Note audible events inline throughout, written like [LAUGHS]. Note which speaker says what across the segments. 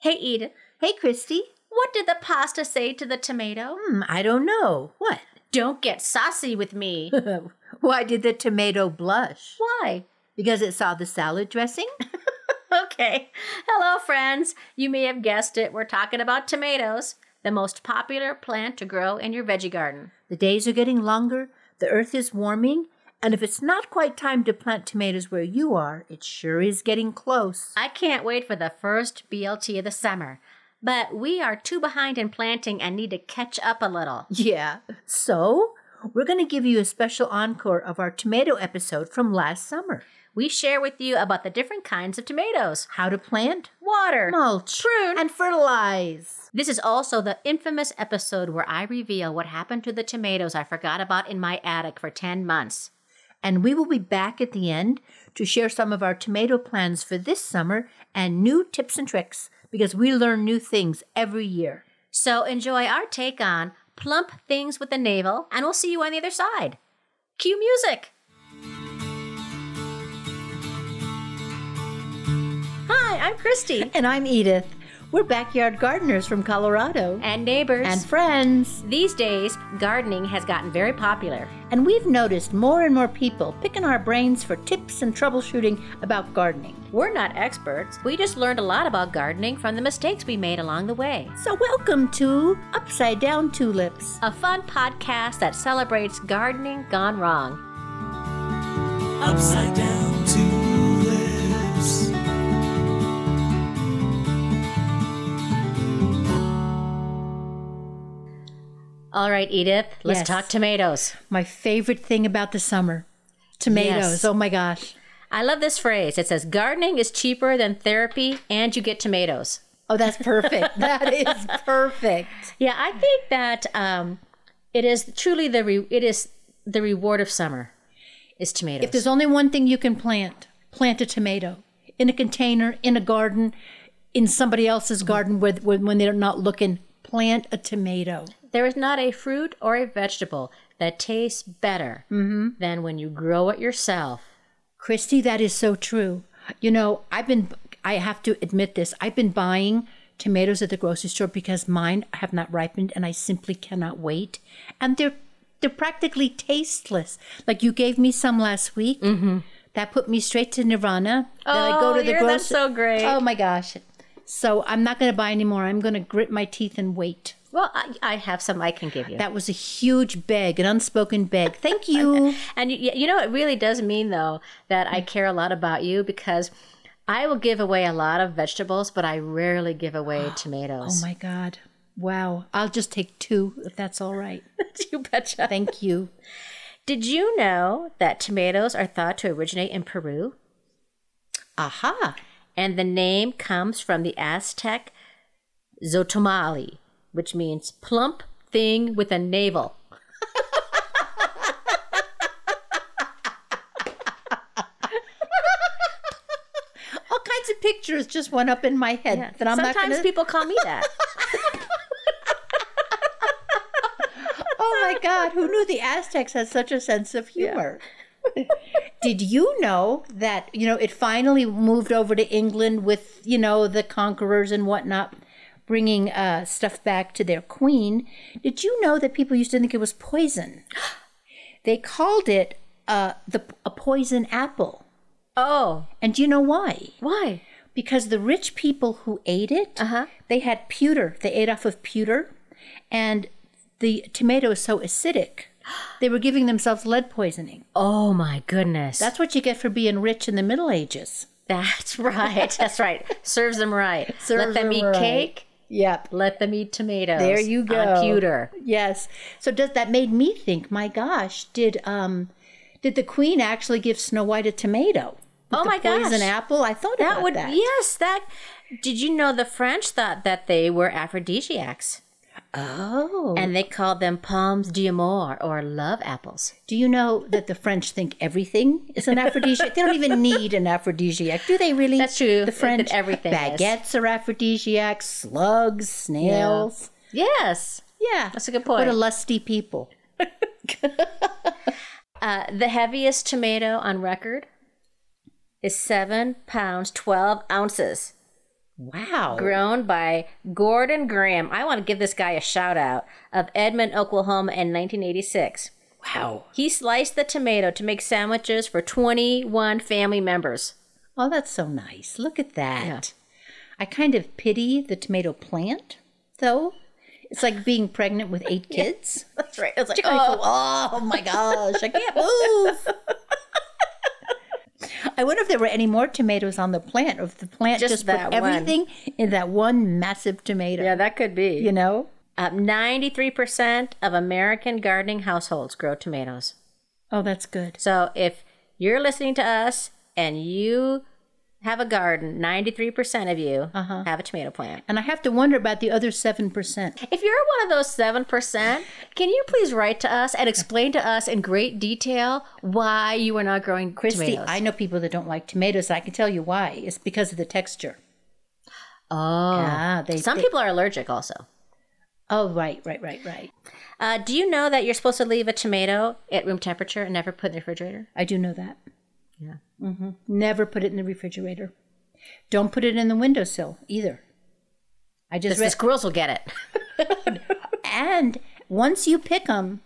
Speaker 1: Hey, Edith. Hey, Christy. What did the pasta say to the tomato?
Speaker 2: Hmm, I don't know. What? [LAUGHS]
Speaker 1: Don't get saucy with me.
Speaker 2: Why did the tomato blush?
Speaker 1: Why?
Speaker 2: Because it saw the salad dressing?
Speaker 1: okay. Hello, friends. You may have guessed it. We're talking about tomatoes, the most popular plant to grow in your veggie garden.
Speaker 2: The days are getting longer, the earth is warming, and if it's not quite time to plant tomatoes where you are, it sure is getting close.
Speaker 1: I can't wait for the first BLT of the summer, but we are too behind in planting and need to catch up a little.
Speaker 2: Yeah. So, we're going to give you a special encore of our tomato episode from last summer.
Speaker 1: We share with you about the different kinds of tomatoes,
Speaker 2: How to plant,
Speaker 1: water,
Speaker 2: mulch,
Speaker 1: prune.
Speaker 2: and fertilize.
Speaker 1: This is also the infamous episode where I reveal what happened to the tomatoes I forgot about in my attic for 10 months.
Speaker 2: And we will be back at the end to share some of our tomato plans for this summer and new tips and tricks because we learn new things every year.
Speaker 1: So enjoy our take on plump things with the navel, and we'll see you on the other side. Cue music. Hi, I'm
Speaker 2: [LAUGHS]
Speaker 1: Christy
Speaker 2: And I'm Edith. We're backyard gardeners from Colorado
Speaker 1: and neighbors.
Speaker 2: and friends.
Speaker 1: these days, gardening has gotten very popular.
Speaker 2: And we've noticed more and more people picking our brains for tips and troubleshooting about gardening.
Speaker 1: We're not experts. We just learned a lot about gardening from the mistakes we made along the way.
Speaker 2: So, welcome to Upside Down Tulips.
Speaker 1: A fun podcast that celebrates gardening gone wrong.
Speaker 3: upside down tulips.
Speaker 1: All right, Edith, let's
Speaker 2: Yes.
Speaker 1: talk tomatoes.
Speaker 2: My favorite thing about the summer tomatoes.
Speaker 1: Yes.
Speaker 2: Oh my gosh.
Speaker 1: I love this phrase. It says, gardening is cheaper than therapy and you get tomatoes.
Speaker 2: Oh, that's [LAUGHS] perfect. that is perfect.
Speaker 1: Yeah, I think that um, it is truly the re- it is the reward of summer is tomatoes.
Speaker 2: If there's only one thing you can plant, plant a tomato in a container, in a garden, in somebody else's garden where, where, when they're not looking. Plant a tomato.
Speaker 1: there is not a fruit or a vegetable that tastes better than when you grow it yourself.
Speaker 2: Christy, that is so true. You know, I've been, I have to admit this, I've been buying tomatoes at the grocery store because mine have not ripened and I simply cannot wait. And they're, they're practically tasteless. Like you gave me some last week.
Speaker 1: Mm-hmm.
Speaker 2: That put me straight to Nirvana. Oh, then I go to the
Speaker 1: you're- that's
Speaker 2: grocery-
Speaker 1: so great.
Speaker 2: Oh my gosh. So I'm not going to buy anymore. I'm going to grit my teeth and wait.
Speaker 1: Well, I, I have some I can give you.
Speaker 2: That was a huge beg, an unspoken beg.
Speaker 1: [LAUGHS]
Speaker 2: Thank you.
Speaker 1: And you, you know, it really does mean though that I care a lot about you because I will give away a lot of vegetables, but I rarely give [GASPS] away
Speaker 2: oh
Speaker 1: tomatoes.
Speaker 2: my God. Wow. I'll just take two if that's all right.
Speaker 1: [LAUGHS] you betcha.
Speaker 2: Thank you.
Speaker 1: Did you know that tomatoes are thought to originate in Peru?
Speaker 2: Aha.
Speaker 1: And the name comes from the Aztec Zotomali, which means plump thing with a navel.
Speaker 2: All kinds of pictures just went up in my head that I'm
Speaker 1: Sometimes
Speaker 2: not going to.
Speaker 1: people call me
Speaker 2: [LAUGHS]
Speaker 1: that.
Speaker 2: oh my God, who knew the Aztecs had such a sense of humor? Did you know that, you know, it finally moved over to England with, you know, the conquerors and whatnot, bringing uh, stuff back to their queen? Did you know that people used to think it
Speaker 1: [GASPS]
Speaker 2: was poison? They called it uh, the, a poison apple.
Speaker 1: oh,
Speaker 2: And do you know why?
Speaker 1: why?
Speaker 2: because the rich people who ate it
Speaker 1: Uh-huh.
Speaker 2: they had pewter they ate off of pewter and the tomato is
Speaker 1: [GASPS]
Speaker 2: so acidic they were giving themselves lead poisoning
Speaker 1: Oh my goodness.
Speaker 2: that's what you get for being rich in the middle ages
Speaker 1: That's
Speaker 2: [LAUGHS]
Speaker 1: right. That's right. Serves them right. let
Speaker 2: Serves
Speaker 1: them
Speaker 2: them
Speaker 1: eat
Speaker 2: right.
Speaker 1: cake.
Speaker 2: yep
Speaker 1: Let them eat tomatoes.
Speaker 2: there you go
Speaker 1: On pewter.
Speaker 2: yes so does that made me think my gosh did um did the queen actually give snow white a tomato
Speaker 1: Oh
Speaker 2: The
Speaker 1: my gosh.
Speaker 2: poison apple i thought
Speaker 1: That
Speaker 2: about
Speaker 1: would
Speaker 2: that
Speaker 1: yes. That did you know the French thought that they were aphrodisiacs
Speaker 2: oh
Speaker 1: and they called them palms d'amour or love apples.
Speaker 2: Do you know that the French think everything is an aphrodisiac? they don't even need an aphrodisiac, do they really?
Speaker 1: That's true.
Speaker 2: The French
Speaker 1: That everything is.
Speaker 2: baguettes are aphrodisiacs, slugs, snails.
Speaker 1: Yes.
Speaker 2: Yeah.
Speaker 1: That's a good
Speaker 2: What a
Speaker 1: point.
Speaker 2: lusty people.
Speaker 1: Uh, the heaviest tomato on record is seven pounds twelve ounces.
Speaker 2: Wow.
Speaker 1: grown by Gordon Graham. I want to give this guy a shout out of Edmond, Oklahoma in 1986.
Speaker 2: Wow.
Speaker 1: He sliced the tomato to make sandwiches for 21 family members.
Speaker 2: Oh, that's so nice. Look at that. I kind of pity the tomato plant, though. It's like being pregnant with eight kids.
Speaker 1: [LAUGHS] That's right. It's like,
Speaker 2: oh, oh my gosh, I [LAUGHS] can't move. I wonder if there were any more tomatoes on the plant, or if the plant
Speaker 1: Just
Speaker 2: just, put
Speaker 1: that one.
Speaker 2: everything in that one massive tomato.
Speaker 1: yeah, that could be.
Speaker 2: You know?
Speaker 1: Uh, 93% of American gardening households grow tomatoes.
Speaker 2: Oh, that's good.
Speaker 1: So if you're listening to us and you have a garden, 93% of you have a tomato plant.
Speaker 2: And I have to wonder about the other 7%.
Speaker 1: If you're one of those 7%, can you please write to us and explain to us in great detail why you are not growing
Speaker 2: Christy,
Speaker 1: tomatoes?
Speaker 2: I know people that don't like tomatoes. I can tell you why. It's because of the texture.
Speaker 1: oh.
Speaker 2: Ah, they.
Speaker 1: Some
Speaker 2: they-
Speaker 1: people are allergic also.
Speaker 2: Oh, right, right, right, right.
Speaker 1: Uh, do you know that you're supposed to leave a tomato at room temperature and never put it in the refrigerator?
Speaker 2: I do know that. Yeah. hmm Never put it in the refrigerator. Don't put it in the windowsill either. I
Speaker 1: The,
Speaker 2: just
Speaker 1: the
Speaker 2: read.
Speaker 1: squirrels will get it.
Speaker 2: And once you pick them,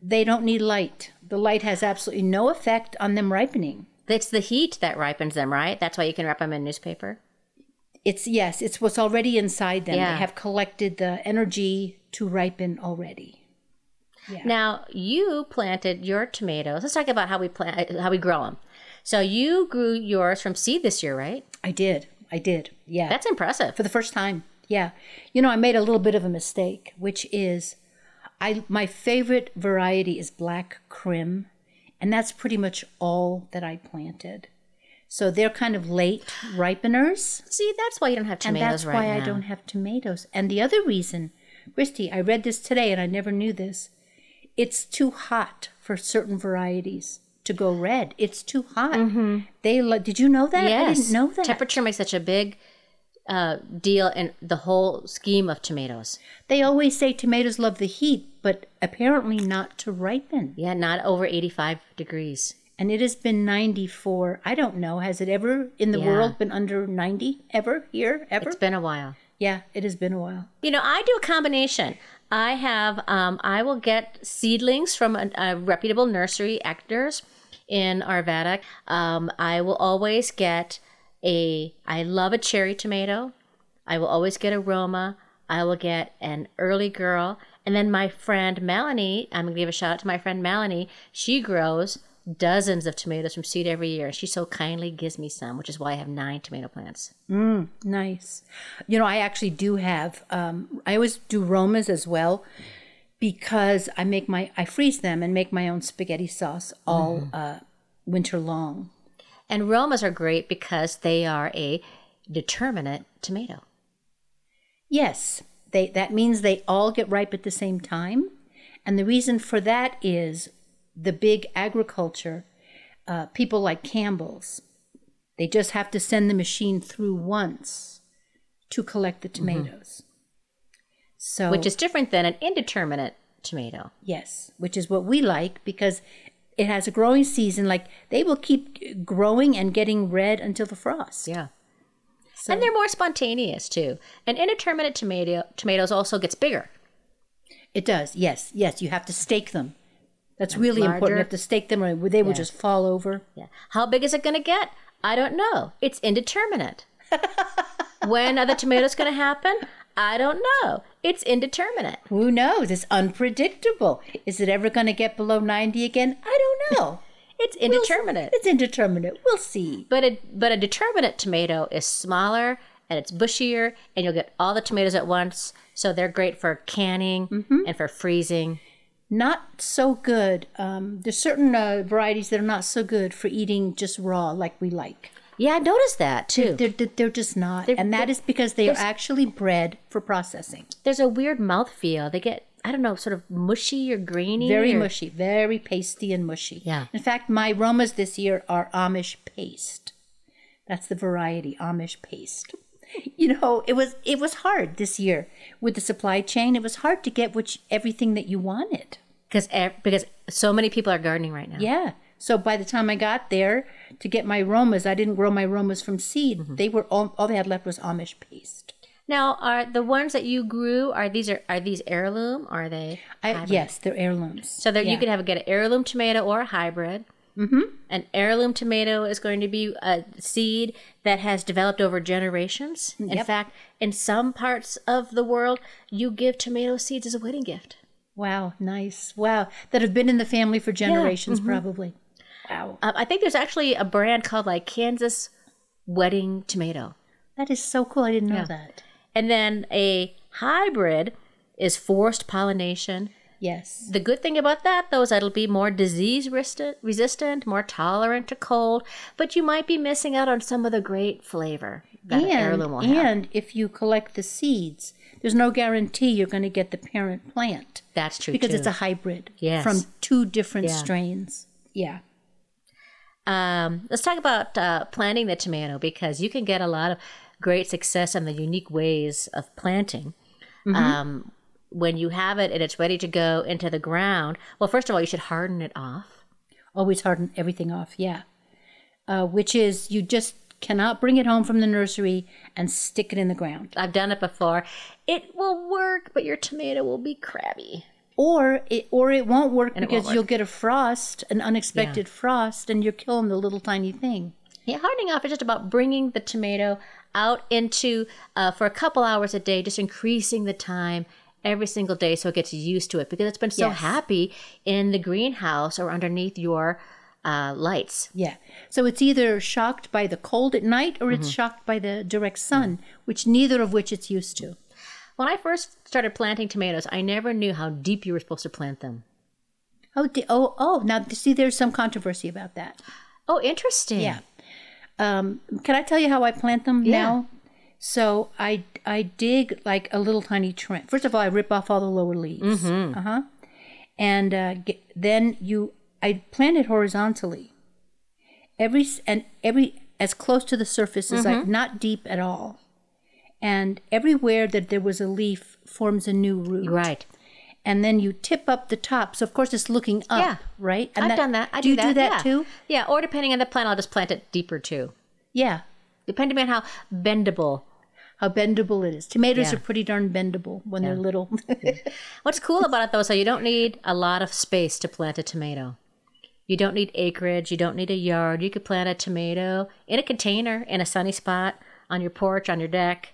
Speaker 2: they don't need light. The light has absolutely no effect on them ripening.
Speaker 1: It's the heat that ripens them, right? That's why you can wrap them in newspaper.
Speaker 2: It's yes, it's what's already inside them.
Speaker 1: Yeah.
Speaker 2: They have collected the energy to ripen already.
Speaker 1: Now you planted your tomatoes. Let's talk about how we plant, uh, how we grow them. So you grew yours from seed this year, right?
Speaker 2: I did. I did. Yeah.
Speaker 1: That's impressive.
Speaker 2: for the first time. Yeah. You know, I made a little bit of a mistake, which is I my favorite variety is black crim, and that's pretty much all that I planted. So they're kind of late ripeners,
Speaker 1: See, that's why you don't have
Speaker 2: and
Speaker 1: tomatoes
Speaker 2: that's
Speaker 1: right
Speaker 2: why
Speaker 1: now.
Speaker 2: I don't have tomatoes. And the other reason, Christy, I read this today and I never knew this. It's too hot for certain varieties to go red. It's too hot. They lo- did you know that? I
Speaker 1: Mm-hmm. Yes,
Speaker 2: didn't know that.
Speaker 1: Temperature makes such a big uh, deal in the whole scheme of tomatoes.
Speaker 2: They always say tomatoes love the heat, but apparently not to ripen.
Speaker 1: Yeah, not over eighty-five degrees.
Speaker 2: And it has been 94. I don't know. Has it ever in the
Speaker 1: Yeah.
Speaker 2: world been under 90? Ever? Here? Ever?
Speaker 1: It's been a while.
Speaker 2: yeah, it has been a while.
Speaker 1: You know, I do a combination. I have, um, I will get seedlings from a, a reputable nursery actors in Arvada. Um, I will always get a, I love a cherry tomato. I will always get a Roma. I will get an early girl. And then my friend Melanie, I'm going to give a shout out to my friend Melanie. She grows dozens of tomatoes from seed every year. She so kindly gives me some, which is why I have nine tomato plants.
Speaker 2: Nice. You know, I actually do have, um, I always do Romas as well because I make my, I freeze them and make my own spaghetti sauce all uh, winter long.
Speaker 1: And Romas are great because they are a determinate tomato.
Speaker 2: Yes, they that means they all get ripe at the same time. And the reason for that is the big agriculture, uh, people like Campbell's, they just have to send the machine through once to collect the tomatoes. So
Speaker 1: which is different than an indeterminate tomato.
Speaker 2: Yes, which is what we like because it has a growing season. Like they will keep growing and getting red until the frost.
Speaker 1: Yeah.
Speaker 2: So-
Speaker 1: And they're more spontaneous too. An indeterminate tomato tomatoes also gets bigger.
Speaker 2: It does. Yes, yes. You have to stake them. That's really important.
Speaker 1: larger.
Speaker 2: You have to stake them, or they will
Speaker 1: Yeah.
Speaker 2: just fall over.
Speaker 1: Yeah. How big is it going to get? I don't know. It's
Speaker 2: [LAUGHS]
Speaker 1: indeterminate. when are the tomatoes going to happen? I don't know. It's indeterminate.
Speaker 2: Who knows? It's unpredictable. Is it ever going to get below ninety again? I
Speaker 1: [LAUGHS]
Speaker 2: don't know.
Speaker 1: It's indeterminate.
Speaker 2: it's indeterminate. We'll see.
Speaker 1: But a but a determinate tomato is smaller and it's bushier, and you'll get all the tomatoes at once. So they're great for canning
Speaker 2: Mm-hmm.
Speaker 1: and for freezing.
Speaker 2: Not so good. Um, there's certain uh, varieties that are not so good for eating just raw, like we like.
Speaker 1: Yeah, I noticed that too.
Speaker 2: They're they're, they're just not, and that
Speaker 1: they're-
Speaker 2: is because they are actually bred for processing.
Speaker 1: There's a weird mouth feel. They get I don't know, sort of mushy or grainy.
Speaker 2: Very
Speaker 1: or-
Speaker 2: mushy, very pasty and mushy.
Speaker 1: Yeah.
Speaker 2: In fact, my Romas this year are Amish paste. That's the variety, Amish paste. [LAUGHS] You know, it was it was hard this year with the supply chain. It was hard to get which everything that you wanted.
Speaker 1: e, Because ev- because so many people are gardening right now.
Speaker 2: Yeah. So by the time I got there to get my Romas, I didn't grow my Romas from seed.
Speaker 1: Mm-hmm.
Speaker 2: They were all, all they had left was Amish paste.
Speaker 1: Now, are the ones that you grew are these are are these heirloom? Are they?
Speaker 2: I, yes, they're heirlooms.
Speaker 1: So that you
Speaker 2: Yeah.
Speaker 1: could have get an heirloom tomato or a hybrid. Mm-hmm. An heirloom tomato is going to be a seed that has developed over generations. In
Speaker 2: Yep.
Speaker 1: fact, in some parts of the world, you give tomato seeds as a wedding gift.
Speaker 2: Wow, nice. Wow, that have been in the family for generations,
Speaker 1: mm-hmm.
Speaker 2: probably. Wow,
Speaker 1: Um, I think there's actually a brand called like Kansas Wedding Tomato,
Speaker 2: that is so cool. I didn't know
Speaker 1: Yeah.
Speaker 2: that.
Speaker 1: and then a hybrid is forced pollination.
Speaker 2: Yes.
Speaker 1: The good thing about that, though, is that it'll be more disease resti- resistant, more tolerant to cold, but you might be missing out on some of the great flavor that an
Speaker 2: and
Speaker 1: heirloom will have.
Speaker 2: and if you collect the seeds, there's no guarantee you're going to get the parent plant
Speaker 1: That's true
Speaker 2: because
Speaker 1: too.
Speaker 2: it's a hybrid
Speaker 1: Yes.
Speaker 2: from two different
Speaker 1: Yeah.
Speaker 2: strains. Yeah.
Speaker 1: um, let's talk about uh, planting the tomato because you can get a lot of great success in the unique ways of planting. Um, when you have it and it's ready to go into the ground, well, first of all, you should harden it off.
Speaker 2: always harden everything off. Yeah. Uh, which is you just cannot bring it home from the nursery and stick it in the ground.
Speaker 1: I've done it before. It will work, but your tomato will be crabby.
Speaker 2: Or it or it won't work
Speaker 1: And it
Speaker 2: because
Speaker 1: won't work.
Speaker 2: you'll get a frost, an unexpected frost, and you're killing the little tiny thing.
Speaker 1: Yeah, hardening off is just about bringing the tomato out into uh, for a couple hours a day, just increasing the time every single day so it gets used to it because it's been so
Speaker 2: Yes.
Speaker 1: happy in the greenhouse or underneath your uh, lights.
Speaker 2: Yeah. So it's either shocked by the cold at night or
Speaker 1: Mm-hmm.
Speaker 2: it's shocked by the
Speaker 1: Mm.
Speaker 2: direct sun, which neither of which it's used to.
Speaker 1: When I first started planting tomatoes, I never knew how deep you were supposed to plant them.
Speaker 2: Oh, di- oh, oh! Now, see, there's some controversy about that.
Speaker 1: Oh, interesting.
Speaker 2: Yeah. Um, can I tell you how I plant them
Speaker 1: Yeah.
Speaker 2: now? So I I dig like a little tiny trench. First of all, I rip off all the lower leaves.
Speaker 1: Mm-hmm.
Speaker 2: Uh huh. And uh, get, then you I plant it horizontally. Every s- and every as close to the surface as
Speaker 1: Mm-hmm.
Speaker 2: like not deep at all. And everywhere that there was a leaf forms a new root.
Speaker 1: Right.
Speaker 2: And then you tip up the top. So of course it's looking up,
Speaker 1: Yeah.
Speaker 2: right? And
Speaker 1: I've done that. I
Speaker 2: do
Speaker 1: do,
Speaker 2: you do that
Speaker 1: yeah.
Speaker 2: too?
Speaker 1: Yeah, or depending on the plant, I'll just plant it deeper too,
Speaker 2: Yeah.
Speaker 1: depending on how bendable
Speaker 2: how bendable it is. Tomatoes
Speaker 1: Yeah.
Speaker 2: are pretty darn bendable when they're little. [LAUGHS]
Speaker 1: What's cool about it though, so you don't need a lot of space to plant a tomato. You don't need acreage, you don't need a yard. You could plant a tomato in a container in a sunny spot on your porch, on your deck.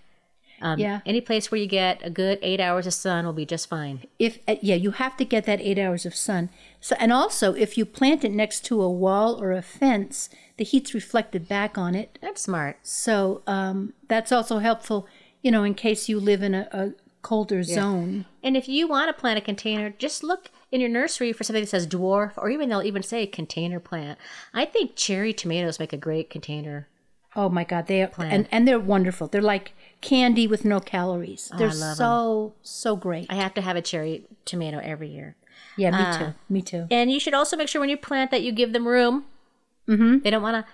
Speaker 1: Um,
Speaker 2: Yeah.
Speaker 1: Any place where you get a good eight hours of sun will be just fine.
Speaker 2: if uh, yeah, you have to get that 8 hours of sun. So and also if you plant it next to a wall or a fence, the heat's reflected back on it.
Speaker 1: That's smart.
Speaker 2: So um, that's also helpful, you know, in case you live in a, a colder zone.
Speaker 1: And if you want to plant a container, just look in your nursery for something that says dwarf, or even they'll even say container plant. I think cherry tomatoes make a great container.
Speaker 2: Oh my god, they are and and they're wonderful. They're like candy with no calories. they're
Speaker 1: Oh, love 'em.
Speaker 2: so so great.
Speaker 1: I uh, have to have a cherry tomato every year.
Speaker 2: yeah, me too. Me too.
Speaker 1: And you should also make sure when you plant that you give them room. Mm-hmm. They don't want to.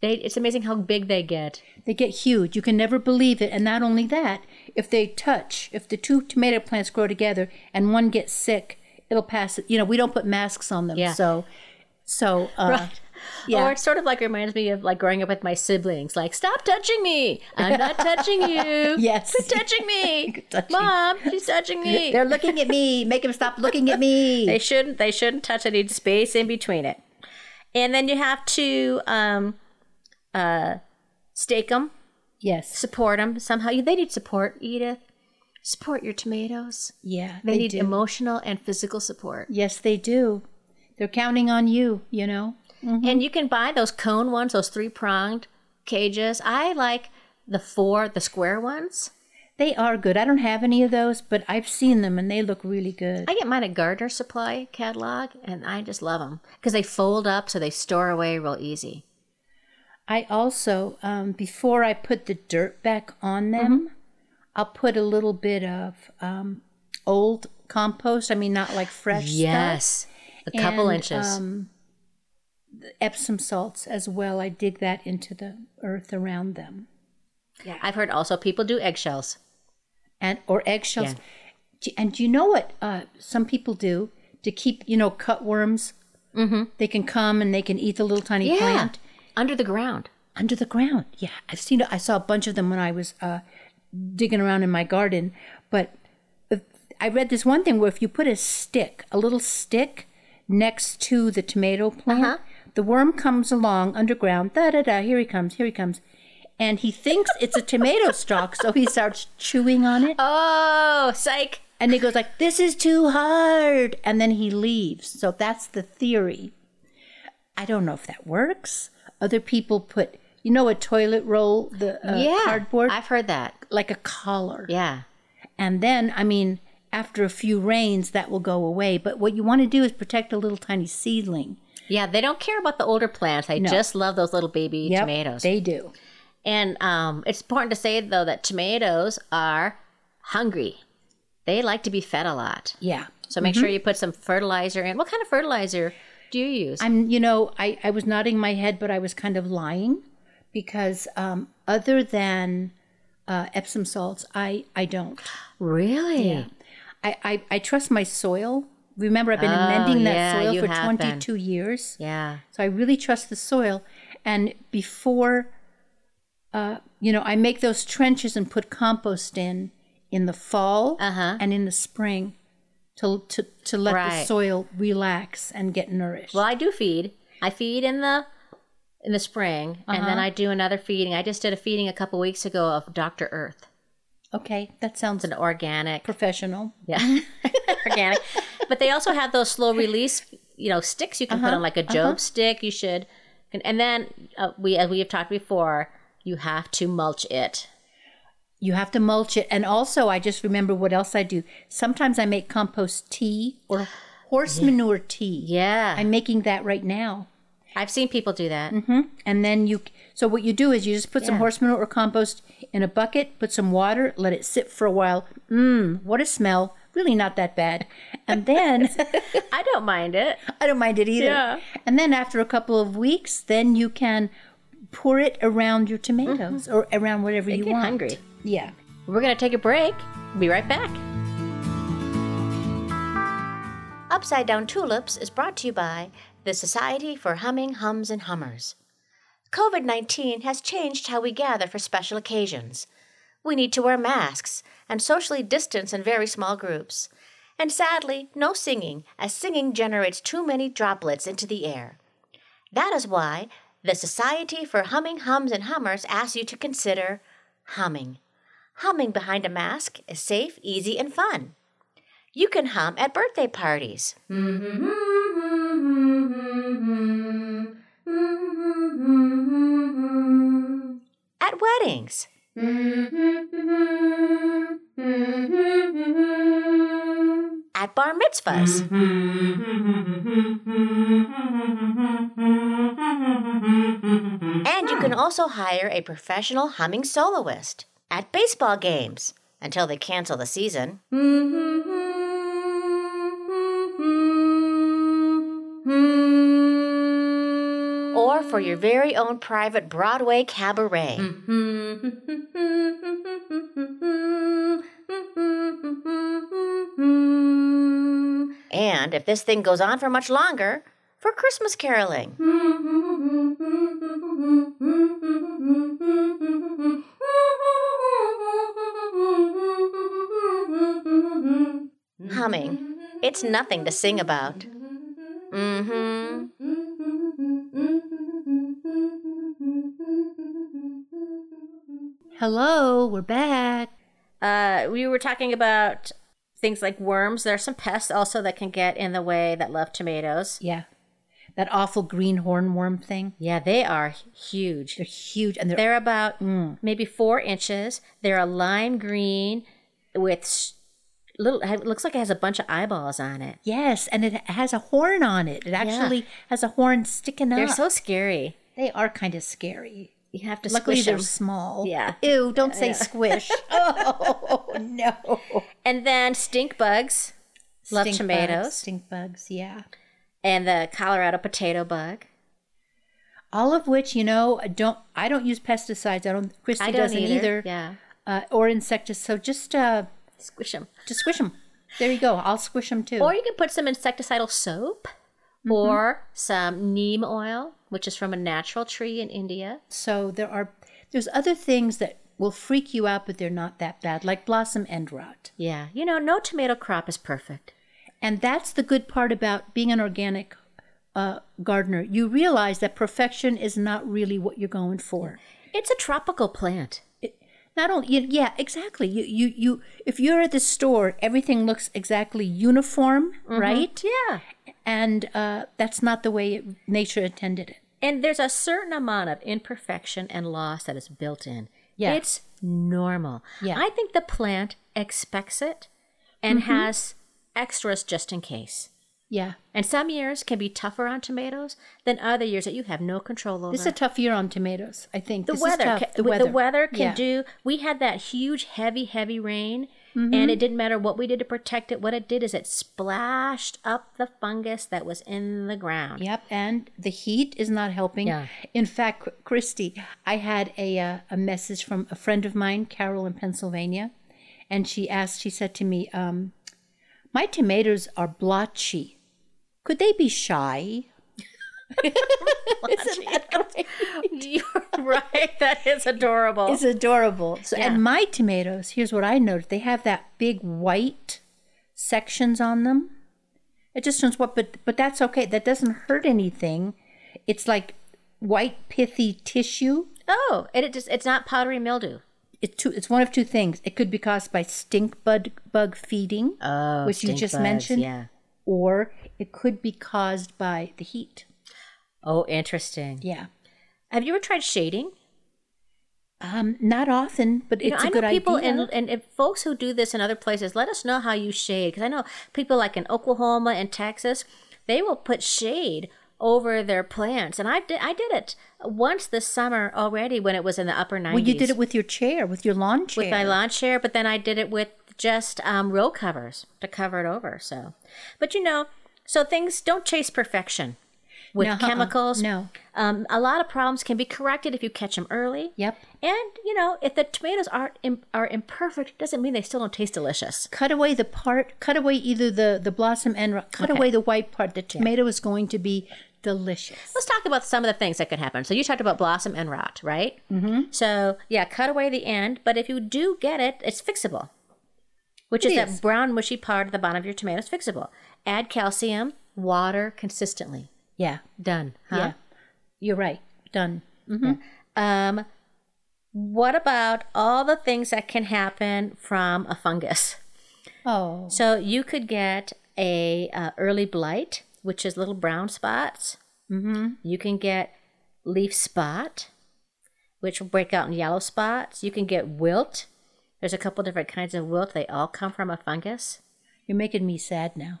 Speaker 1: They. It's amazing how big they get.
Speaker 2: They get huge. You can never believe it. And not only that, if they touch, if the two tomato plants grow together and one gets sick, it'll pass. You know, we don't put masks on them,
Speaker 1: Yeah.
Speaker 2: so so uh, yeah.
Speaker 1: Or it sort of like reminds me of like growing up with my siblings. Like, stop touching me. I'm not touching you.
Speaker 2: [LAUGHS] Yes.
Speaker 1: Quit touching
Speaker 2: [LAUGHS]
Speaker 1: me.
Speaker 2: touching.
Speaker 1: Mom, she's touching me.
Speaker 2: They're looking at me. Make them stop looking at me.
Speaker 1: [LAUGHS] They shouldn't. They shouldn't touch any space in between it. And then you have to um, uh, stake them,
Speaker 2: [LAUGHS] yes.
Speaker 1: support them somehow. They need support, Edith. Support your tomatoes.
Speaker 2: Yeah.
Speaker 1: They, need
Speaker 2: do.
Speaker 1: emotional and physical support.
Speaker 2: yes, they do. They're counting on you. You know. Mm-hmm.
Speaker 1: And you can buy those cone ones, those three pronged cages. I like the four, the square ones.
Speaker 2: They are good. I don't have any of those, but I've seen them and they look really good.
Speaker 1: I get mine at Gardner Supply catalog, and I just love them because they fold up so they store away real easy.
Speaker 2: I also, um, before I put the dirt back on
Speaker 1: Mm-hmm.
Speaker 2: them, I'll put a little bit of um, old compost. I mean, not like fresh stuff.
Speaker 1: yes, a couple
Speaker 2: And,
Speaker 1: inches.
Speaker 2: Um, the Epsom salts as well. I dig that into the earth around them,
Speaker 1: I've heard also people do eggshells.
Speaker 2: and or eggshells.
Speaker 1: Yeah.
Speaker 2: Do- And do you know what uh, some people do to keep you know cutworms They can come and they can eat the little tiny
Speaker 1: Yeah.
Speaker 2: plant
Speaker 1: Under the ground.
Speaker 2: under the ground. Yeah, I've seen. I saw a bunch of them when I was uh, digging around in my garden. But if- I read this one thing where if you put a stick, a little stick, next to the tomato plant, the worm comes along underground. Da da da. Here he comes. Here he comes. And he thinks it's a tomato stalk, so he starts chewing on it.
Speaker 1: Oh, psych.
Speaker 2: And he goes like, "This is too hard," and then he leaves. So that's the theory. I don't know if that works. Other people put, you know, a toilet roll, the uh,
Speaker 1: yeah.
Speaker 2: cardboard,
Speaker 1: I've heard that.
Speaker 2: like a collar,
Speaker 1: Yeah.
Speaker 2: and then I mean, after a few rains, that will go away. But what you want to do is protect a little tiny seedling.
Speaker 1: Yeah, they don't care about the older plants. They just love those little baby
Speaker 2: Yep,
Speaker 1: tomatoes.
Speaker 2: They do.
Speaker 1: and um, it's important to say, though, that tomatoes are hungry. They like to be fed a lot.
Speaker 2: Yeah.
Speaker 1: So make sure you put some fertilizer in. What kind of fertilizer do you use?
Speaker 2: I'm, you know, I, I was nodding my head, but I was kind of lying because um, other than uh, Epsom salts, I, I don't.
Speaker 1: really?
Speaker 2: I, I, I trust my soil. Remember, I've been amending that
Speaker 1: Oh, yeah,
Speaker 2: soil
Speaker 1: you
Speaker 2: for
Speaker 1: have been.
Speaker 2: 22 years.
Speaker 1: Yeah.
Speaker 2: So I really trust the soil. And before, uh, you know, I make those trenches and put compost in in the fall
Speaker 1: Uh-huh.
Speaker 2: and in the spring to, to, to let the
Speaker 1: Right.
Speaker 2: soil relax and get nourished.
Speaker 1: Well, I do feed. I feed in the in the spring, and then I do another feeding. I just did a feeding a couple weeks ago of Dr. Earth.
Speaker 2: okay, that sounds
Speaker 1: It's an organic
Speaker 2: professional.
Speaker 1: Yeah. [LAUGHS] Organic. But they also have those slow release, you know, sticks you can put on like a job stick. You should. And, and then uh, we, as we have talked before, you have to mulch it.
Speaker 2: You have to mulch it. And also, I just remember what else I do. Sometimes I make compost tea or horse manure tea.
Speaker 1: Yeah.
Speaker 2: I'm making that right now.
Speaker 1: i have seen people do that.
Speaker 2: And then you, so what you do is you just put some
Speaker 1: Yeah.
Speaker 2: horse manure or compost in a bucket, put some water, let it sit for a while. Mmm, what a smell. Really not that bad.
Speaker 1: [LAUGHS]
Speaker 2: And then
Speaker 1: [LAUGHS] I don't mind it.
Speaker 2: I don't mind it either.
Speaker 1: Yeah.
Speaker 2: And then after a couple of weeks, then you can pour it around your tomatoes or around whatever you
Speaker 1: Mm-hmm. get
Speaker 2: want.
Speaker 1: hungry.
Speaker 2: Yeah.
Speaker 1: We're going to take a break. Be right back. Upside Down Tulips is brought to you by the Society for Humming Hums and Hummers. COVID 19 has changed how we gather for special occasions. We need to wear masks and socially distance in very small groups. And sadly, no singing, as singing generates too many droplets into the air. That is why the Society for Humming Hums and Hummers asks you to consider humming. Humming behind a mask is safe, easy, and fun. You can hum at birthday parties. At weddings. At bar mitzvahs. And you can also hire a professional humming soloist at baseball games until they cancel the season. Or for your very own private Broadway cabaret. And if this thing goes on for much longer, for Christmas caroling. Humming. It's nothing to sing about. Mm-hmm.
Speaker 2: Hello, we're back.
Speaker 1: uh, we were talking about things like worms. There are some pests also that can get in the way that love tomatoes.
Speaker 2: Yeah. That awful green hornworm thing.
Speaker 1: Yeah, they are huge.
Speaker 2: They're huge and they're
Speaker 1: They're about maybe four inches. They're a lime green with s- little. It looks like it has a bunch of eyeballs on it.
Speaker 2: Yes, and it has a horn on it. It actually has a horn sticking
Speaker 1: They're
Speaker 2: up.
Speaker 1: so scary.
Speaker 2: they are kind of scary.
Speaker 1: You have to
Speaker 2: Luckily,
Speaker 1: squish
Speaker 2: they're
Speaker 1: them.
Speaker 2: small.
Speaker 1: Yeah.
Speaker 2: Ew! Don't [LAUGHS] say squish. oh no.
Speaker 1: And then stink bugs Love
Speaker 2: Stink
Speaker 1: tomatoes.
Speaker 2: Bugs, stink bugs. Yeah.
Speaker 1: and the Colorado potato bug.
Speaker 2: All of which, you know, don't I don't use pesticides. I don't. Christy
Speaker 1: I don't
Speaker 2: doesn't
Speaker 1: either.
Speaker 2: either.
Speaker 1: Yeah,
Speaker 2: Uh, or insecticides. So just uh,
Speaker 1: squish them.
Speaker 2: just squish them. There you go. I'll squish them too.
Speaker 1: Or you can put some insecticidal soap or some neem oil, which is from a natural tree in India.
Speaker 2: So there are there's other things that will freak you out, but they're not that bad, like blossom end rot.
Speaker 1: Yeah, you know, no tomato crop is perfect.
Speaker 2: And that's the good part about being an organic uh, gardener. You realize that perfection is not really what you're going for.
Speaker 1: It's a tropical plant.
Speaker 2: Not only, you, yeah, exactly. You, you, you. If you're at the store, everything looks exactly uniform,
Speaker 1: Mm-hmm.
Speaker 2: right?
Speaker 1: Yeah.
Speaker 2: And uh, that's not the way it, nature intended it.
Speaker 1: And there's a certain amount of imperfection and loss that is built in.
Speaker 2: Yeah.
Speaker 1: It's normal.
Speaker 2: Yeah. Mm-hmm.
Speaker 1: I think the plant expects it and has extras just in case.
Speaker 2: Yeah,
Speaker 1: And some years can be tougher on tomatoes than other years that you have no control over.
Speaker 2: this is a tough year on tomatoes. I think
Speaker 1: the
Speaker 2: This is
Speaker 1: weather,
Speaker 2: tough.
Speaker 1: ca- the weather, can
Speaker 2: Yeah.
Speaker 1: do. We had that huge, heavy, heavy rain,
Speaker 2: Mm-hmm.
Speaker 1: and it didn't matter what we did to protect it. What it did is it splashed up the fungus that was in the ground. [LAUGHS]
Speaker 2: Yep, and the heat is not helping.
Speaker 1: Yeah.
Speaker 2: In fact, Chr- Christy, I had a uh, a message from a friend of mine, Carol in Pennsylvania, and she asked. She said to me, um, "My tomatoes are blotchy. Could they be shy?" [LAUGHS] Isn't that great?
Speaker 1: [LAUGHS] You're right. [LAUGHS] That is adorable.
Speaker 2: [LAUGHS] It's adorable. So,
Speaker 1: Yeah.
Speaker 2: and my tomatoes. Here's what I noticed: they have that big white sections on them. It just turns what, but but that's okay. That doesn't hurt anything. It's like white pithy tissue.
Speaker 1: oh, and it just—it's not powdery mildew.
Speaker 2: It's two. It's one of two things. It could be caused by stink bug bug feeding,
Speaker 1: Oh,
Speaker 2: which you
Speaker 1: stink
Speaker 2: just
Speaker 1: bugs,
Speaker 2: mentioned,
Speaker 1: Yeah.
Speaker 2: or it could be caused by the heat.
Speaker 1: Oh, interesting.
Speaker 2: Yeah.
Speaker 1: Have you ever tried shading?
Speaker 2: Um, not often, but
Speaker 1: You know,
Speaker 2: it's
Speaker 1: I
Speaker 2: a good
Speaker 1: know people
Speaker 2: idea.
Speaker 1: and, and and folks who do this in other places. Let us know how you shade because I know people like in Oklahoma and Texas, they will put shade over their plants. And I did I did it once this summer already when it was in the upper nineties.
Speaker 2: well, you did it with your chair, with your lawn chair.
Speaker 1: with my lawn chair, but then I did it with just um, row covers to cover it over. So, but you know, so things don't chase perfection with
Speaker 2: No, uh-uh.
Speaker 1: chemicals.
Speaker 2: No.
Speaker 1: um, a lot of problems can be corrected if you catch them early.
Speaker 2: Yep.
Speaker 1: And you know, if the tomatoes aren't Im- are imperfect, it doesn't mean they still don't taste delicious.
Speaker 2: cut away the part cut away either the the blossom end ro- cut away the white part the tomato is going to be delicious
Speaker 1: Let's talk about some of the things that could happen. So you talked about blossom and rot, right? Mm-hmm. So yeah, cut away the end, but if you do get it, it's fixable. Which
Speaker 2: It
Speaker 1: is that
Speaker 2: is.
Speaker 1: brown mushy part at the bottom of your tomato is fixable. Add calcium, water consistently.
Speaker 2: yeah
Speaker 1: Done. Huh?
Speaker 2: yeah you're right done
Speaker 1: Um, what about all the things that can happen from a fungus?
Speaker 2: oh
Speaker 1: So you could get a uh, early blight, which is little brown spots. Mm-hmm. You can get leaf spot, which will break out in yellow spots. You can get wilt. There's a couple different kinds of wilt. They all come from a fungus.
Speaker 2: you're making me sad now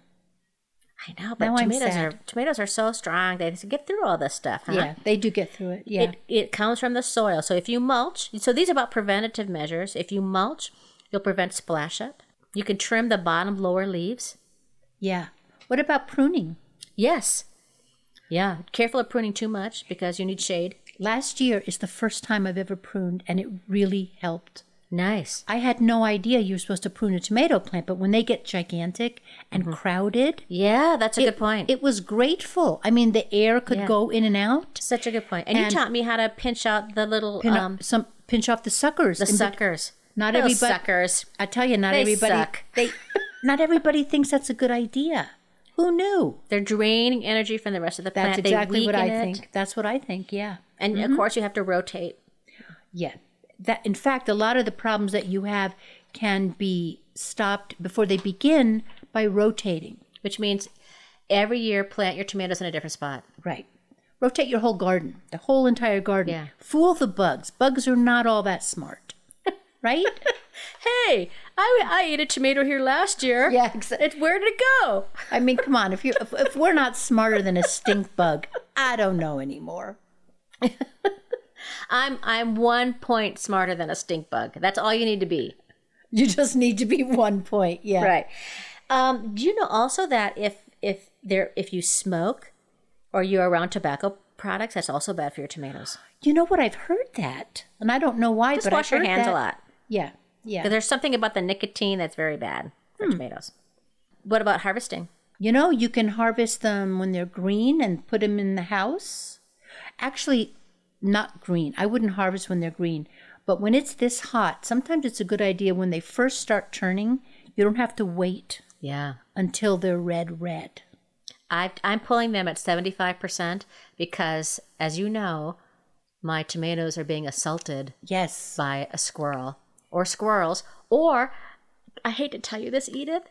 Speaker 1: I know, but
Speaker 2: Now I'm
Speaker 1: tomatoes are
Speaker 2: sad.
Speaker 1: tomatoes are so strong. They just get through all this stuff, huh?
Speaker 2: yeah they do get through it yeah
Speaker 1: It, it comes from the soil. So if you mulch, so these are about preventative measures. If you mulch, you'll prevent splash up. You can trim the bottom lower leaves.
Speaker 2: yeah what about pruning
Speaker 1: Yes. Yeah. Careful of pruning too much because you need shade.
Speaker 2: last year is the first time i've ever pruned and it really helped
Speaker 1: Nice.
Speaker 2: i had no idea you were supposed to prune a tomato plant but when they get gigantic and crowded
Speaker 1: Yeah, that's a good point.
Speaker 2: it was grateful i mean the air could
Speaker 1: Yeah.
Speaker 2: go in and out
Speaker 1: Such a good point. And,
Speaker 2: And-
Speaker 1: you taught me how to pinch out the little
Speaker 2: pin
Speaker 1: um
Speaker 2: up some pinch off the suckers.
Speaker 1: the
Speaker 2: in bet-
Speaker 1: suckers.
Speaker 2: not
Speaker 1: Little
Speaker 2: everybody-
Speaker 1: suckers.
Speaker 2: I tell you, not
Speaker 1: They
Speaker 2: everybody.
Speaker 1: suck.
Speaker 2: They not everybody thinks that's a good idea. Who knew?
Speaker 1: [LAUGHS] They're draining energy from the rest of the plant.
Speaker 2: That's exactly
Speaker 1: they
Speaker 2: what I
Speaker 1: weaken it.
Speaker 2: think. Mm-hmm. That's what I think. Yeah,
Speaker 1: And of course, you have to rotate.
Speaker 2: yeah. That in fact, a lot of the problems that you have can be stopped before they begin by rotating.
Speaker 1: Which means every year plant your tomatoes in a different spot.
Speaker 2: Right. Rotate your whole garden, the whole entire garden.
Speaker 1: Yeah.
Speaker 2: Fool the bugs. Bugs are not all that smart, [LAUGHS] right?
Speaker 1: Hey, I, I ate a tomato here last [LAUGHS] year.
Speaker 2: Yeah, exa-
Speaker 1: It, where did it go?
Speaker 2: [LAUGHS] I mean, come on. If you if, if we're not smarter than a stink bug, I don't know anymore.
Speaker 1: I'm I'm one point smarter than a stink bug. That's all you need to be.
Speaker 2: You just need to be one point. Yeah.
Speaker 1: right um, do you know also that if if there if you smoke or you're around tobacco products that's also bad for your tomatoes
Speaker 2: You know what? I've heard that, and I don't know why.
Speaker 1: just
Speaker 2: but
Speaker 1: wash your
Speaker 2: I've heard
Speaker 1: hands
Speaker 2: that.
Speaker 1: a lot
Speaker 2: Yeah. Yeah.
Speaker 1: Hmm. there's something about the nicotine that's very bad for tomatoes what about harvesting
Speaker 2: You know, you can harvest them when they're green and put them in the house. Actually, not green. I wouldn't harvest when they're green. But when it's this hot, sometimes it's a good idea when they first start turning, you don't have to wait
Speaker 1: Yeah.
Speaker 2: until they're red, red.
Speaker 1: I, I'm pulling them at 75% because, as you know, my tomatoes are being assaulted
Speaker 2: Yes.
Speaker 1: by a squirrel or squirrels. Or, I hate to tell you this, Edith,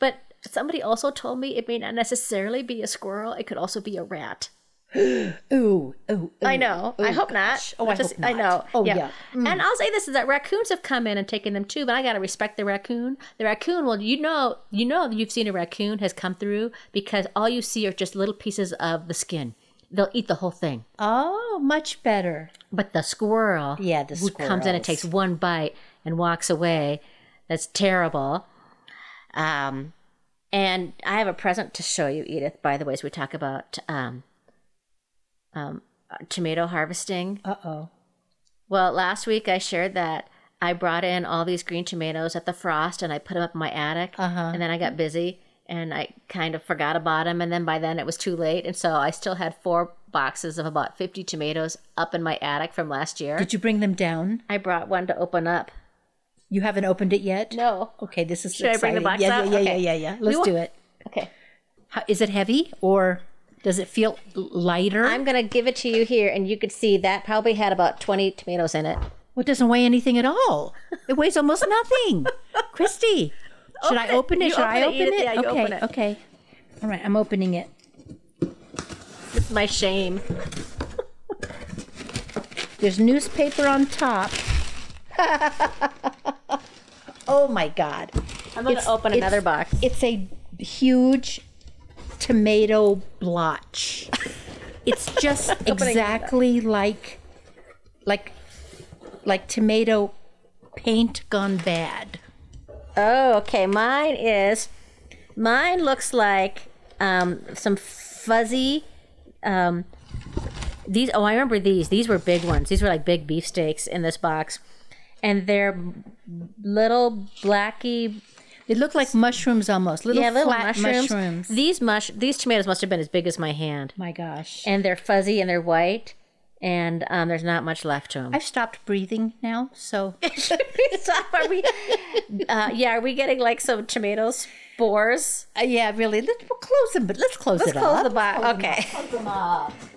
Speaker 1: but somebody also told me it may not necessarily be a squirrel, it could also be a rat.
Speaker 2: Ooh, ooh, ooh.
Speaker 1: I know. I hope not.
Speaker 2: Oh, I
Speaker 1: just,
Speaker 2: hope not.
Speaker 1: I know.
Speaker 2: Oh,
Speaker 1: yeah.
Speaker 2: yeah.
Speaker 1: And I'll say this is that raccoons have come in and taken them too, but I got to respect the raccoon. The raccoon, well, you know, you know, you've seen a raccoon has come through because all you see are just little pieces of the skin. They'll eat the whole thing.
Speaker 2: Oh, much better.
Speaker 1: But the squirrel,
Speaker 2: Yeah, the
Speaker 1: who comes in and
Speaker 2: squirrels.
Speaker 1: takes one bite and walks away, that's terrible. Um, and I have a present to show you, Edith. By the way, as we talk about um, um, tomato harvesting.
Speaker 2: Uh oh.
Speaker 1: Well, last week I shared that I brought in all these green tomatoes at the frost and I put them up in my attic.
Speaker 2: Uh-huh.
Speaker 1: And then I got busy and I kind of forgot about them. And then by then it was too late. And so I still had four boxes of about 50 tomatoes up in my attic from last year.
Speaker 2: Did you bring them down?
Speaker 1: I brought one to open up.
Speaker 2: You haven't opened it yet?
Speaker 1: No.
Speaker 2: Okay, this is
Speaker 1: Should I bring the
Speaker 2: exciting.
Speaker 1: box
Speaker 2: yeah,
Speaker 1: out?
Speaker 2: Yeah, yeah,
Speaker 1: Okay.
Speaker 2: yeah, yeah, yeah. Let's
Speaker 1: wa-
Speaker 2: do it.
Speaker 1: Okay.
Speaker 2: How, is it heavy or does it feel l- lighter?
Speaker 1: I'm going to give it to you here. And you could see that probably had about 20 tomatoes in it.
Speaker 2: Well, it doesn't weigh anything at all. It
Speaker 1: [LAUGHS]
Speaker 2: weighs almost nothing. Christy, should I open it?
Speaker 1: You
Speaker 2: Should I
Speaker 1: open
Speaker 2: open
Speaker 1: it,
Speaker 2: it?
Speaker 1: Edith. Yeah, you
Speaker 2: okay,
Speaker 1: open it.
Speaker 2: okay. All right, I'm opening it.
Speaker 1: It's my shame.
Speaker 2: There's newspaper on top. [LAUGHS] oh my God.
Speaker 1: I'm going
Speaker 2: It's-
Speaker 1: to open
Speaker 2: it's-
Speaker 1: another box.
Speaker 2: It's a huge tomato blotch. It's
Speaker 1: [LAUGHS]
Speaker 2: just exactly like like like tomato paint gone bad.
Speaker 1: Oh, okay. Mine is. Mine looks like um, some fuzzy. Um, these. Oh, I remember these. These were big ones. These were like big beefsteaks in this box, and they're little blacky.
Speaker 2: They look like mushrooms almost. Little,
Speaker 1: yeah, little
Speaker 2: flat
Speaker 1: mushrooms.
Speaker 2: mushrooms.
Speaker 1: These mush. These tomatoes must have been as big as my hand,
Speaker 2: My gosh.
Speaker 1: and they're fuzzy and they're white, and um, there's not much left to them.
Speaker 2: I've stopped breathing now,
Speaker 1: [LAUGHS]
Speaker 2: so
Speaker 1: Stop. Are we? Uh, yeah. Are we getting like some tomato spores?
Speaker 2: Uh, yeah, really. Let's we'll close them, but let's close
Speaker 1: Let's
Speaker 2: it
Speaker 1: close
Speaker 2: up.
Speaker 1: the box. Okay.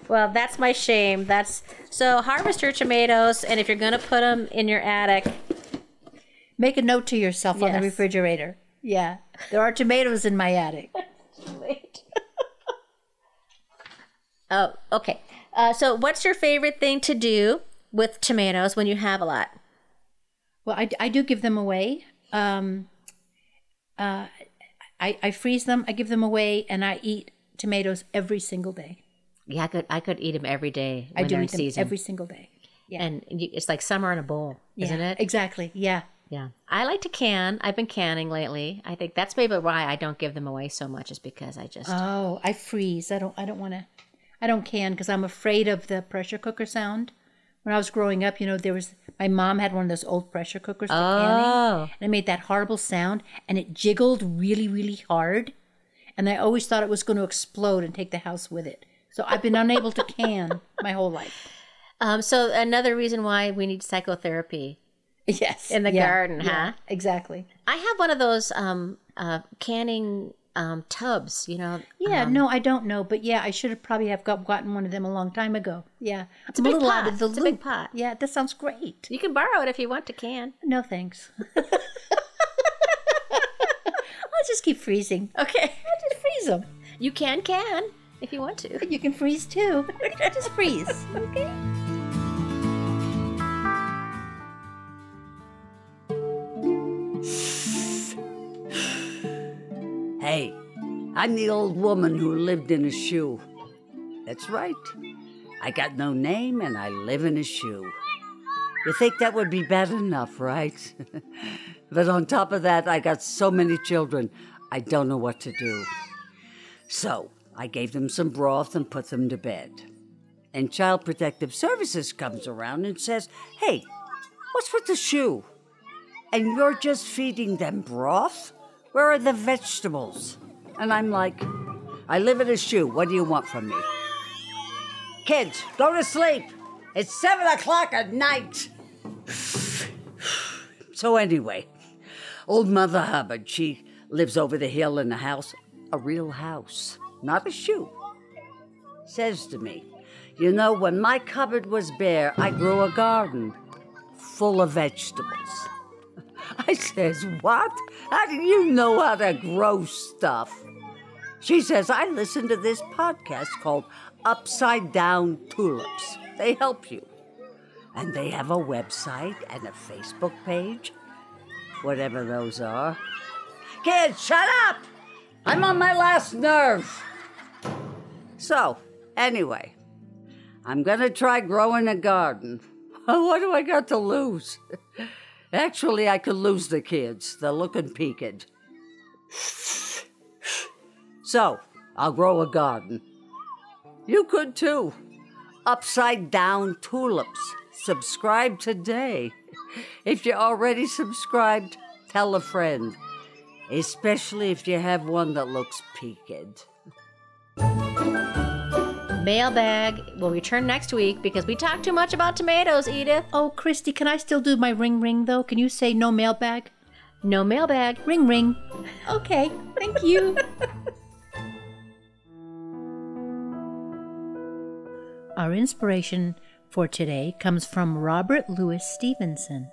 Speaker 1: Well, that's my shame. That's so harvest your tomatoes, and if you're gonna put them in your attic,
Speaker 2: Make a note to yourself on
Speaker 1: Yes.
Speaker 2: the refrigerator. Yeah, there are tomatoes in my attic.
Speaker 1: [LAUGHS] oh, okay. Uh, so, what's your favorite thing to do with tomatoes when you have a lot?
Speaker 2: Well, I, I do give them away. Um, uh, I, I freeze them, I give them away, and I eat tomatoes every single day.
Speaker 1: Yeah, I could I could eat them every day
Speaker 2: I
Speaker 1: when
Speaker 2: do
Speaker 1: they're in
Speaker 2: eat them
Speaker 1: season,
Speaker 2: every single day.
Speaker 1: and you, it's like summer in a bowl,
Speaker 2: Yeah,
Speaker 1: isn't it?
Speaker 2: Exactly. Yeah.
Speaker 1: Yeah, I like to can. I've been canning lately. I think that's maybe why I don't give them away so much, is because I just
Speaker 2: Oh, I freeze. I don't. I don't want to. I don't can because I'm afraid of the pressure cooker sound. When I was growing up, you know, there was my mom had one of those old pressure cookers for
Speaker 1: Oh.
Speaker 2: canning, and it made that horrible sound, and it jiggled really, really hard, and I always thought it was going to explode and take the house with it. So I've been unable
Speaker 1: [LAUGHS]
Speaker 2: to can my whole life.
Speaker 1: Um, so another reason why we need psychotherapy
Speaker 2: Yes,
Speaker 1: in the
Speaker 2: yeah,
Speaker 1: garden, huh?
Speaker 2: exactly.
Speaker 1: I have one of those um, uh, canning um, tubs, you know.
Speaker 2: Yeah, no, I don't know, but yeah, I should have probably have got, gotten one of them a long time ago. Yeah, it's
Speaker 1: a big pot. It's a big pot.
Speaker 2: Yeah, that sounds great.
Speaker 1: You can borrow it if you want to can.
Speaker 2: No thanks. I'll just keep freezing.
Speaker 1: Okay.
Speaker 2: I'll just freeze them.
Speaker 1: You can can if you want to.
Speaker 2: You can freeze too. just freeze. Okay.
Speaker 4: Hey, I'm the old woman who lived in a shoe. That's right. I got no name and I live in a shoe. You think that would be bad enough, right? [LAUGHS] but on top of that, I got so many children, I don't know what to do. So I gave them some broth and put them to bed. And Child Protective Services comes around and says, Hey, what's with the shoe? And you're just feeding them broth? Where are the vegetables? And I'm like, I live in a shoe. What do you want from me? Kids, go to sleep. It's seven o'clock at night. [SIGHS] so, anyway, old Mother Hubbard, she lives over the hill in a house, a real house, not a shoe, says to me, You know, when my cupboard was bare, I grew a garden full of vegetables. [LAUGHS] I says, What? How do you know how to grow stuff? She says, I listen to this podcast called Upside Down Tulips. They help you. And they have a website and a Facebook page, whatever those are. Kids, shut up! I'm on my last nerve. So, anyway, I'm gonna try growing a garden. [LAUGHS] What do I got to lose? Actually, I could lose the kids. They're looking peaked. So, I'll grow a garden. You could too. Upside down tulips. Subscribe today. If you're already subscribed, tell a friend, especially if you have one that looks peaked.
Speaker 1: Mailbag. We'll return next week because we talked too much about tomatoes, Edith.
Speaker 2: Oh, Christy, can I still do my ring ring though? Can you say no mailbag?
Speaker 1: No mailbag.
Speaker 2: Ring ring. Okay, thank you. [LAUGHS] Our inspiration for today comes from Robert Louis Stevenson.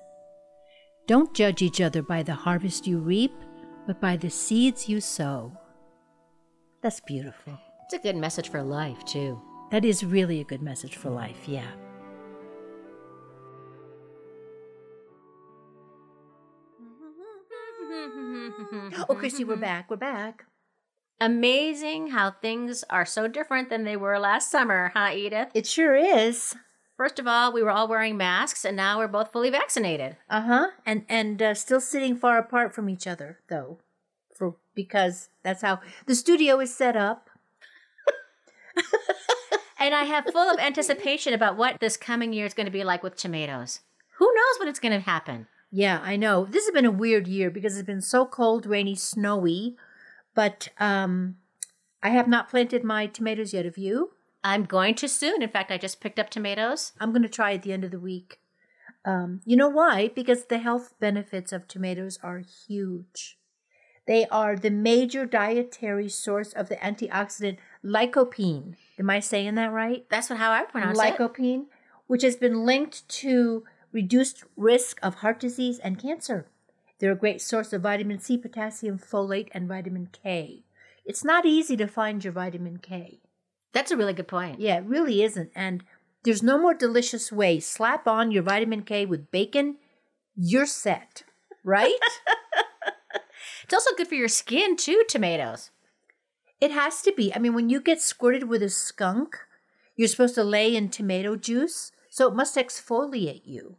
Speaker 2: Don't judge each other by the harvest you reap, but by the seeds you sow. That's beautiful.
Speaker 1: It's a good message for life, too.
Speaker 2: That is really a good message for life, yeah. Oh, Christy, we're back. We're back.
Speaker 1: [LAUGHS] Amazing how things are so different than they were last summer, huh, Edith?
Speaker 2: It sure is.
Speaker 1: First of all, we were all wearing masks, and now we're both fully vaccinated.
Speaker 2: Uh huh. And and uh, still sitting far apart from each other, though, for because that's how the studio is set up.
Speaker 1: And I have full of anticipation about what this coming year is going to be like with tomatoes. Who knows when it's going to happen?
Speaker 2: Yeah, I know. This has been a weird year because it's been so cold, rainy, snowy. But um, I have not planted my tomatoes yet. Have you?
Speaker 1: I'm going to soon. In fact, I just picked up tomatoes.
Speaker 2: I'm going to try at the end of the week. Um, you know why? Because the health benefits of tomatoes are huge. They are the major dietary source of the antioxidant lycopene. Am I saying that right?
Speaker 1: That's what how I pronounce it.
Speaker 2: Lycopene, which has been linked to reduced risk of heart disease and cancer. They're a great source of vitamin C, potassium folate, and vitamin K. It's not easy to find your vitamin K.
Speaker 1: That's a really good point.
Speaker 2: Yeah, it really isn't. And there's no more delicious way. Slap on your vitamin K with bacon, you're set, right?
Speaker 1: It's also good for your skin too. Tomatoes.
Speaker 2: it has to be. I mean, when you get squirted with a skunk, you're supposed to lay in tomato juice, so it must exfoliate you,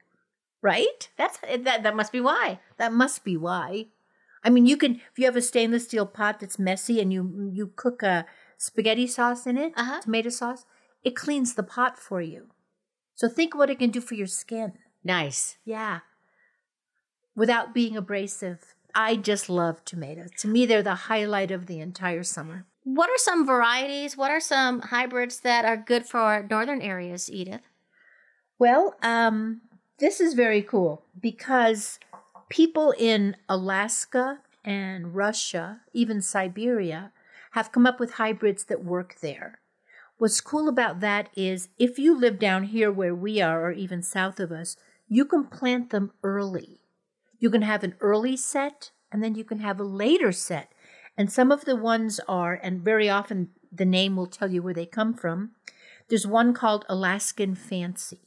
Speaker 2: right?
Speaker 1: That's that. That must be why.
Speaker 2: That must be why. I mean, you can if you have a stainless steel pot that's messy and you you cook a spaghetti sauce in it,
Speaker 1: Uh-huh.
Speaker 2: tomato sauce, it cleans the pot for you. So think what it can do for your skin.
Speaker 1: Nice.
Speaker 2: Yeah. Without being abrasive. I just love tomatoes. To me, they're the highlight of the entire summer.
Speaker 1: What are some varieties? What are some hybrids that are good for our northern areas, Edith?
Speaker 2: Well, um, this is very cool because people in Alaska and Russia, even Siberia, have come up with hybrids that work there. What's cool about that is if you live down here where we are, or even south of us, you can plant them early. You can have an early set and then you can have a later set. And some of the ones are, and very often the name will tell you where they come from. There's one called Alaskan Fancy.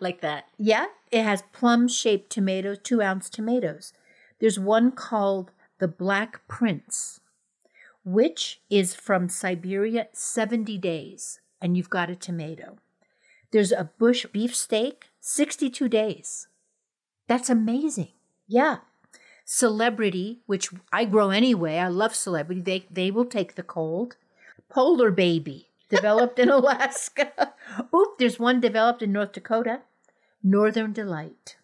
Speaker 1: like that.
Speaker 2: Yeah, it has plum shaped tomatoes, two ounce tomatoes. There's one called the Black Prince, which is from Siberia, 70 days, and you've got a tomato. There's a bush beefsteak, 62 days. That's amazing. Yeah. Celebrity, which I grow anyway. I love celebrity. They, they will take the cold. Polar baby, developed in Alaska. Oop, there's one developed in North Dakota. Northern Delight.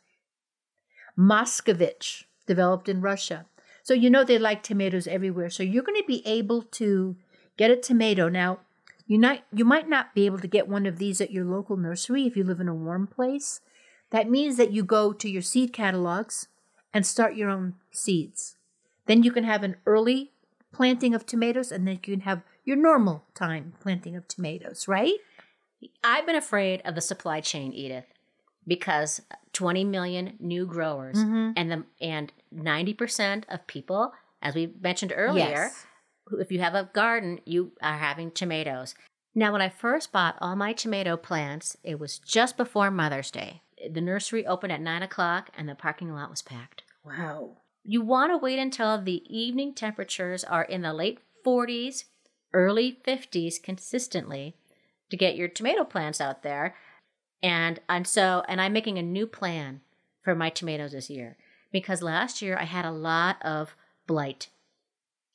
Speaker 2: Moscovich, developed in Russia. So you know they like tomatoes everywhere. So you're going to be able to get a tomato. Now, you not you might not be able to get one of these at your local nursery if you live in a warm place. That means that you go to your seed catalogs and start your own seeds. Then you can have an early planting of tomatoes and then you can have your normal time planting of tomatoes, right?
Speaker 1: I've been afraid of the supply chain, Edith, because 20 million new growers and the and 90% of people, as we mentioned earlier,
Speaker 2: Yes.
Speaker 1: who- if you have a garden, you are having tomatoes. Now, when I first bought all my tomato plants, it was just before Mother's Day. The nursery opened at nine o'clock, and the parking lot was packed.
Speaker 2: Wow.
Speaker 1: You want to wait until the evening temperatures are in the late 40s, early 50s consistently to get your tomato plants out there. And and so and I'm making a new plan for my tomatoes this year because last year I had a lot of blight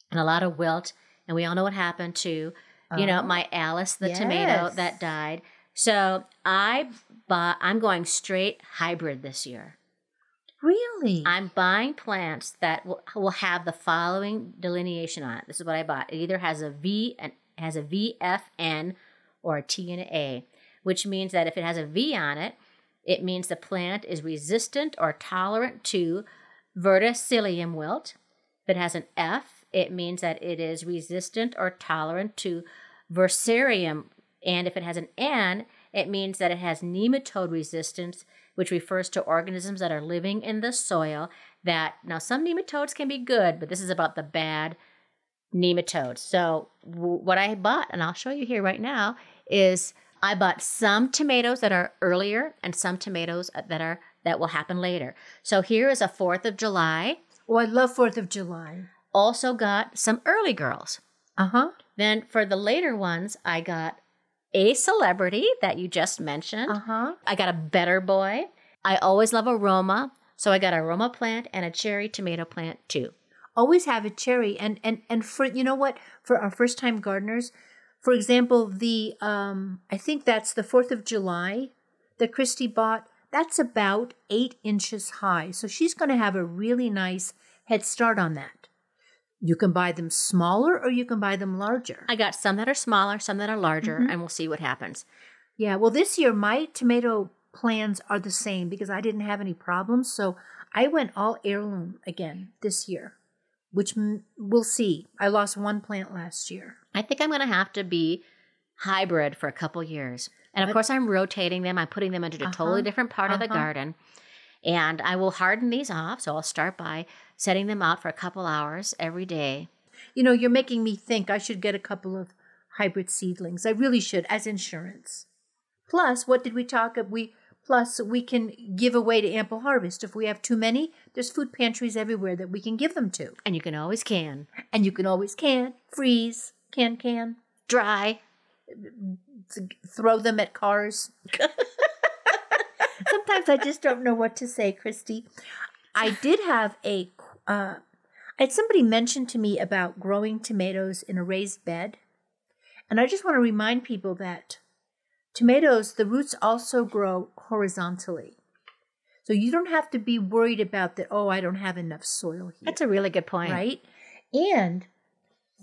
Speaker 1: and a lot of wilt and we all know what happened to you know my Alice the tomato
Speaker 2: Yes.
Speaker 1: that died. So I bought I'm going straight hybrid this year.
Speaker 2: Really?
Speaker 1: I'm buying plants that will, will have the following delineation on it. This is what I bought. It either has a V and has a VFN or a T and a A, which means that if it has a V on it, it means the plant is resistant or tolerant to verticillium wilt. If it has an F, it means that it is resistant or tolerant to versarium. And if it has an N, it means that it has nematode resistance, which refers to organisms that are living in the soil. That now some nematodes can be good, but this is about the bad nematodes. So w- what I bought, and I'll show you here right now, is I bought some tomatoes that are earlier and some tomatoes that are that will happen later. So here is a Fourth of July
Speaker 2: oh, I love 4th of July.
Speaker 1: also got some early girls.
Speaker 2: Uh-huh.
Speaker 1: Then for the later ones, I got a celebrity that you just mentioned.
Speaker 2: Uh-huh.
Speaker 1: I got a better boy. I always love aroma, so I got a aroma plant and a cherry tomato plant too.
Speaker 2: always have a cherry and and and for you know what for our first time gardeners for example the um i think that's the fourth of july that christy bought that's about eight inches high so she's going to have a really nice head start on that you can buy them smaller or you can buy them larger
Speaker 1: I got some that are smaller, some that are larger, and we'll see what happens.
Speaker 2: yeah well this year my tomato plans are the same because i didn't have any problems so i went all heirloom again this year which m- we'll see i lost one plant last year
Speaker 1: I think I'm going to have to be hybrid for a couple years. And of course, I'm rotating them. I'm putting them into a totally different part of the garden. And I will harden these off. So I'll start by setting them out for a couple hours every day.
Speaker 2: You know, you're making me think I should get a couple of hybrid seedlings. I really should as insurance. Plus, what did we talk of? We plus we can give away to Ample Harvest if we have too many. There's food pantries everywhere that we can give them to,
Speaker 1: And you can always can.
Speaker 2: and you can always can freeze, can can,
Speaker 1: Dry.
Speaker 2: th- throw them at cars. [LAUGHS] Sometimes I just don't know what to say, Christy. I did have a. Uh, I had somebody mention to me about growing tomatoes in a raised bed, and I just want to remind people that tomatoes, the roots also grow horizontally. So you don't have to be worried about that. Oh, I don't have enough soil here
Speaker 1: That's a really good point.
Speaker 2: right? And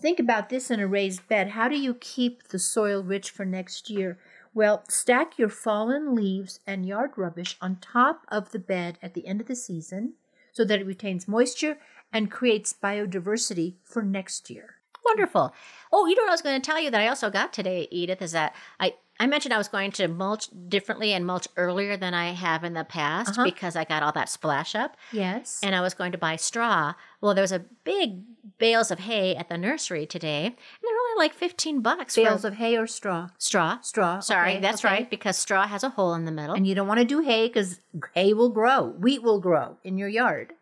Speaker 2: think about this in a raised bed. How do you keep the soil rich for next year? Well, stack your fallen leaves and yard rubbish on top of the bed at the end of the season so that it retains moisture and creates biodiversity for next year.
Speaker 1: Wonderful. Oh, you know what I was going to tell you that I also got today, Edith, is that I, I mentioned I was going to mulch differently and mulch earlier than I have in the past
Speaker 2: Uh-huh.
Speaker 1: because I got all that splash up.
Speaker 2: Yes.
Speaker 1: and I was going to buy straw. Well, there was a big bales of hay at the nursery today, and they're only like fifteen bucks
Speaker 2: bales
Speaker 1: for
Speaker 2: of hay or straw.
Speaker 1: straw.
Speaker 2: Straw.
Speaker 1: Sorry,
Speaker 2: okay,
Speaker 1: that's
Speaker 2: okay.
Speaker 1: right because straw has a hole in the middle.
Speaker 2: And you don't want to do hay because hay will grow. Wheat will grow in your yard.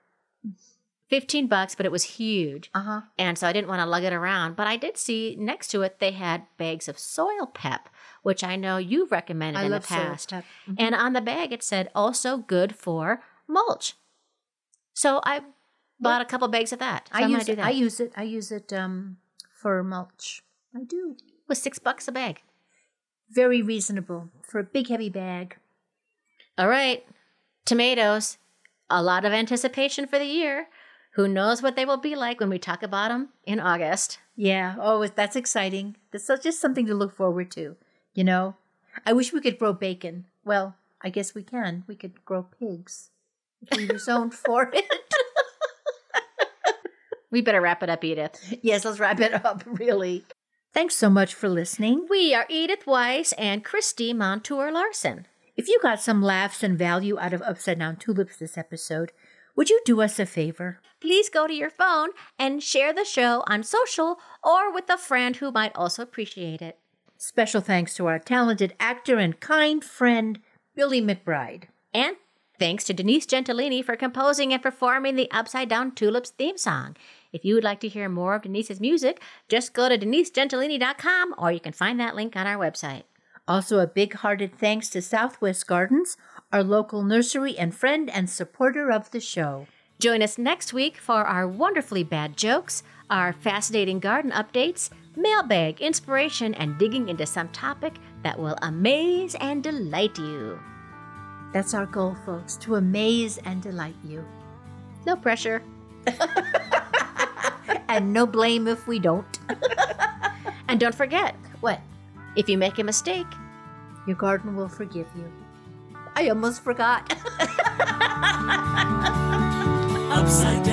Speaker 1: fifteen bucks, but it was huge,
Speaker 2: Uh huh.
Speaker 1: and so I didn't want to lug it around. But I did see next to it they had bags of soil pep, which I know you've recommended
Speaker 2: I
Speaker 1: in
Speaker 2: love
Speaker 1: the
Speaker 2: soil
Speaker 1: past.
Speaker 2: pep. Mm-hmm.
Speaker 1: And on the bag it said also good for mulch. So I bought a couple bags of that. So
Speaker 2: I
Speaker 1: I'm gonna
Speaker 2: use
Speaker 1: do
Speaker 2: it.
Speaker 1: that.
Speaker 2: I use it. I use it um, for mulch. I do.
Speaker 1: it was six bucks a bag.
Speaker 2: Very reasonable for a big heavy bag.
Speaker 1: All right, tomatoes. A lot of anticipation for the year. Who knows what they will be like when we talk about them in August?
Speaker 2: Yeah. Oh, it- that's exciting. That's so- just something to look forward to, you know? I wish we could grow bacon. Well, I guess we can. We could grow pigs. If we
Speaker 1: [LAUGHS]
Speaker 2: were zoned for it.
Speaker 1: We better wrap it up, Edith.
Speaker 2: Yes, let's wrap it up, really. Thanks so much for listening.
Speaker 1: We are Edith Weiss and Christy Montour Larson.
Speaker 2: If you got some laughs and value out of Upside Down Tulips this episode, would you do us a favor?
Speaker 1: Please go to your phone and share the show on social or with a friend who might also appreciate it.
Speaker 2: Special thanks to our talented actor and kind friend, Billy McBride.
Speaker 1: And thanks to Denise Gentilini for composing and performing the Upside Down Tulips theme song. If you would like to hear more of Denise's music, just go to denisegentilini.com or you can find that link on our website.
Speaker 2: Also, a big hearted thanks to Southwest Gardens, our local nursery and friend and supporter of the show.
Speaker 1: Join us next week for our wonderfully bad jokes, our fascinating garden updates, mailbag inspiration, and digging into some topic that will amaze and delight you.
Speaker 2: That's our goal, folks, to amaze and delight you.
Speaker 1: No pressure.
Speaker 2: And no blame if we don't.
Speaker 1: And don't forget,
Speaker 2: What?
Speaker 1: if you make a mistake,
Speaker 2: Your garden will forgive you. I almost forgot.
Speaker 3: Upside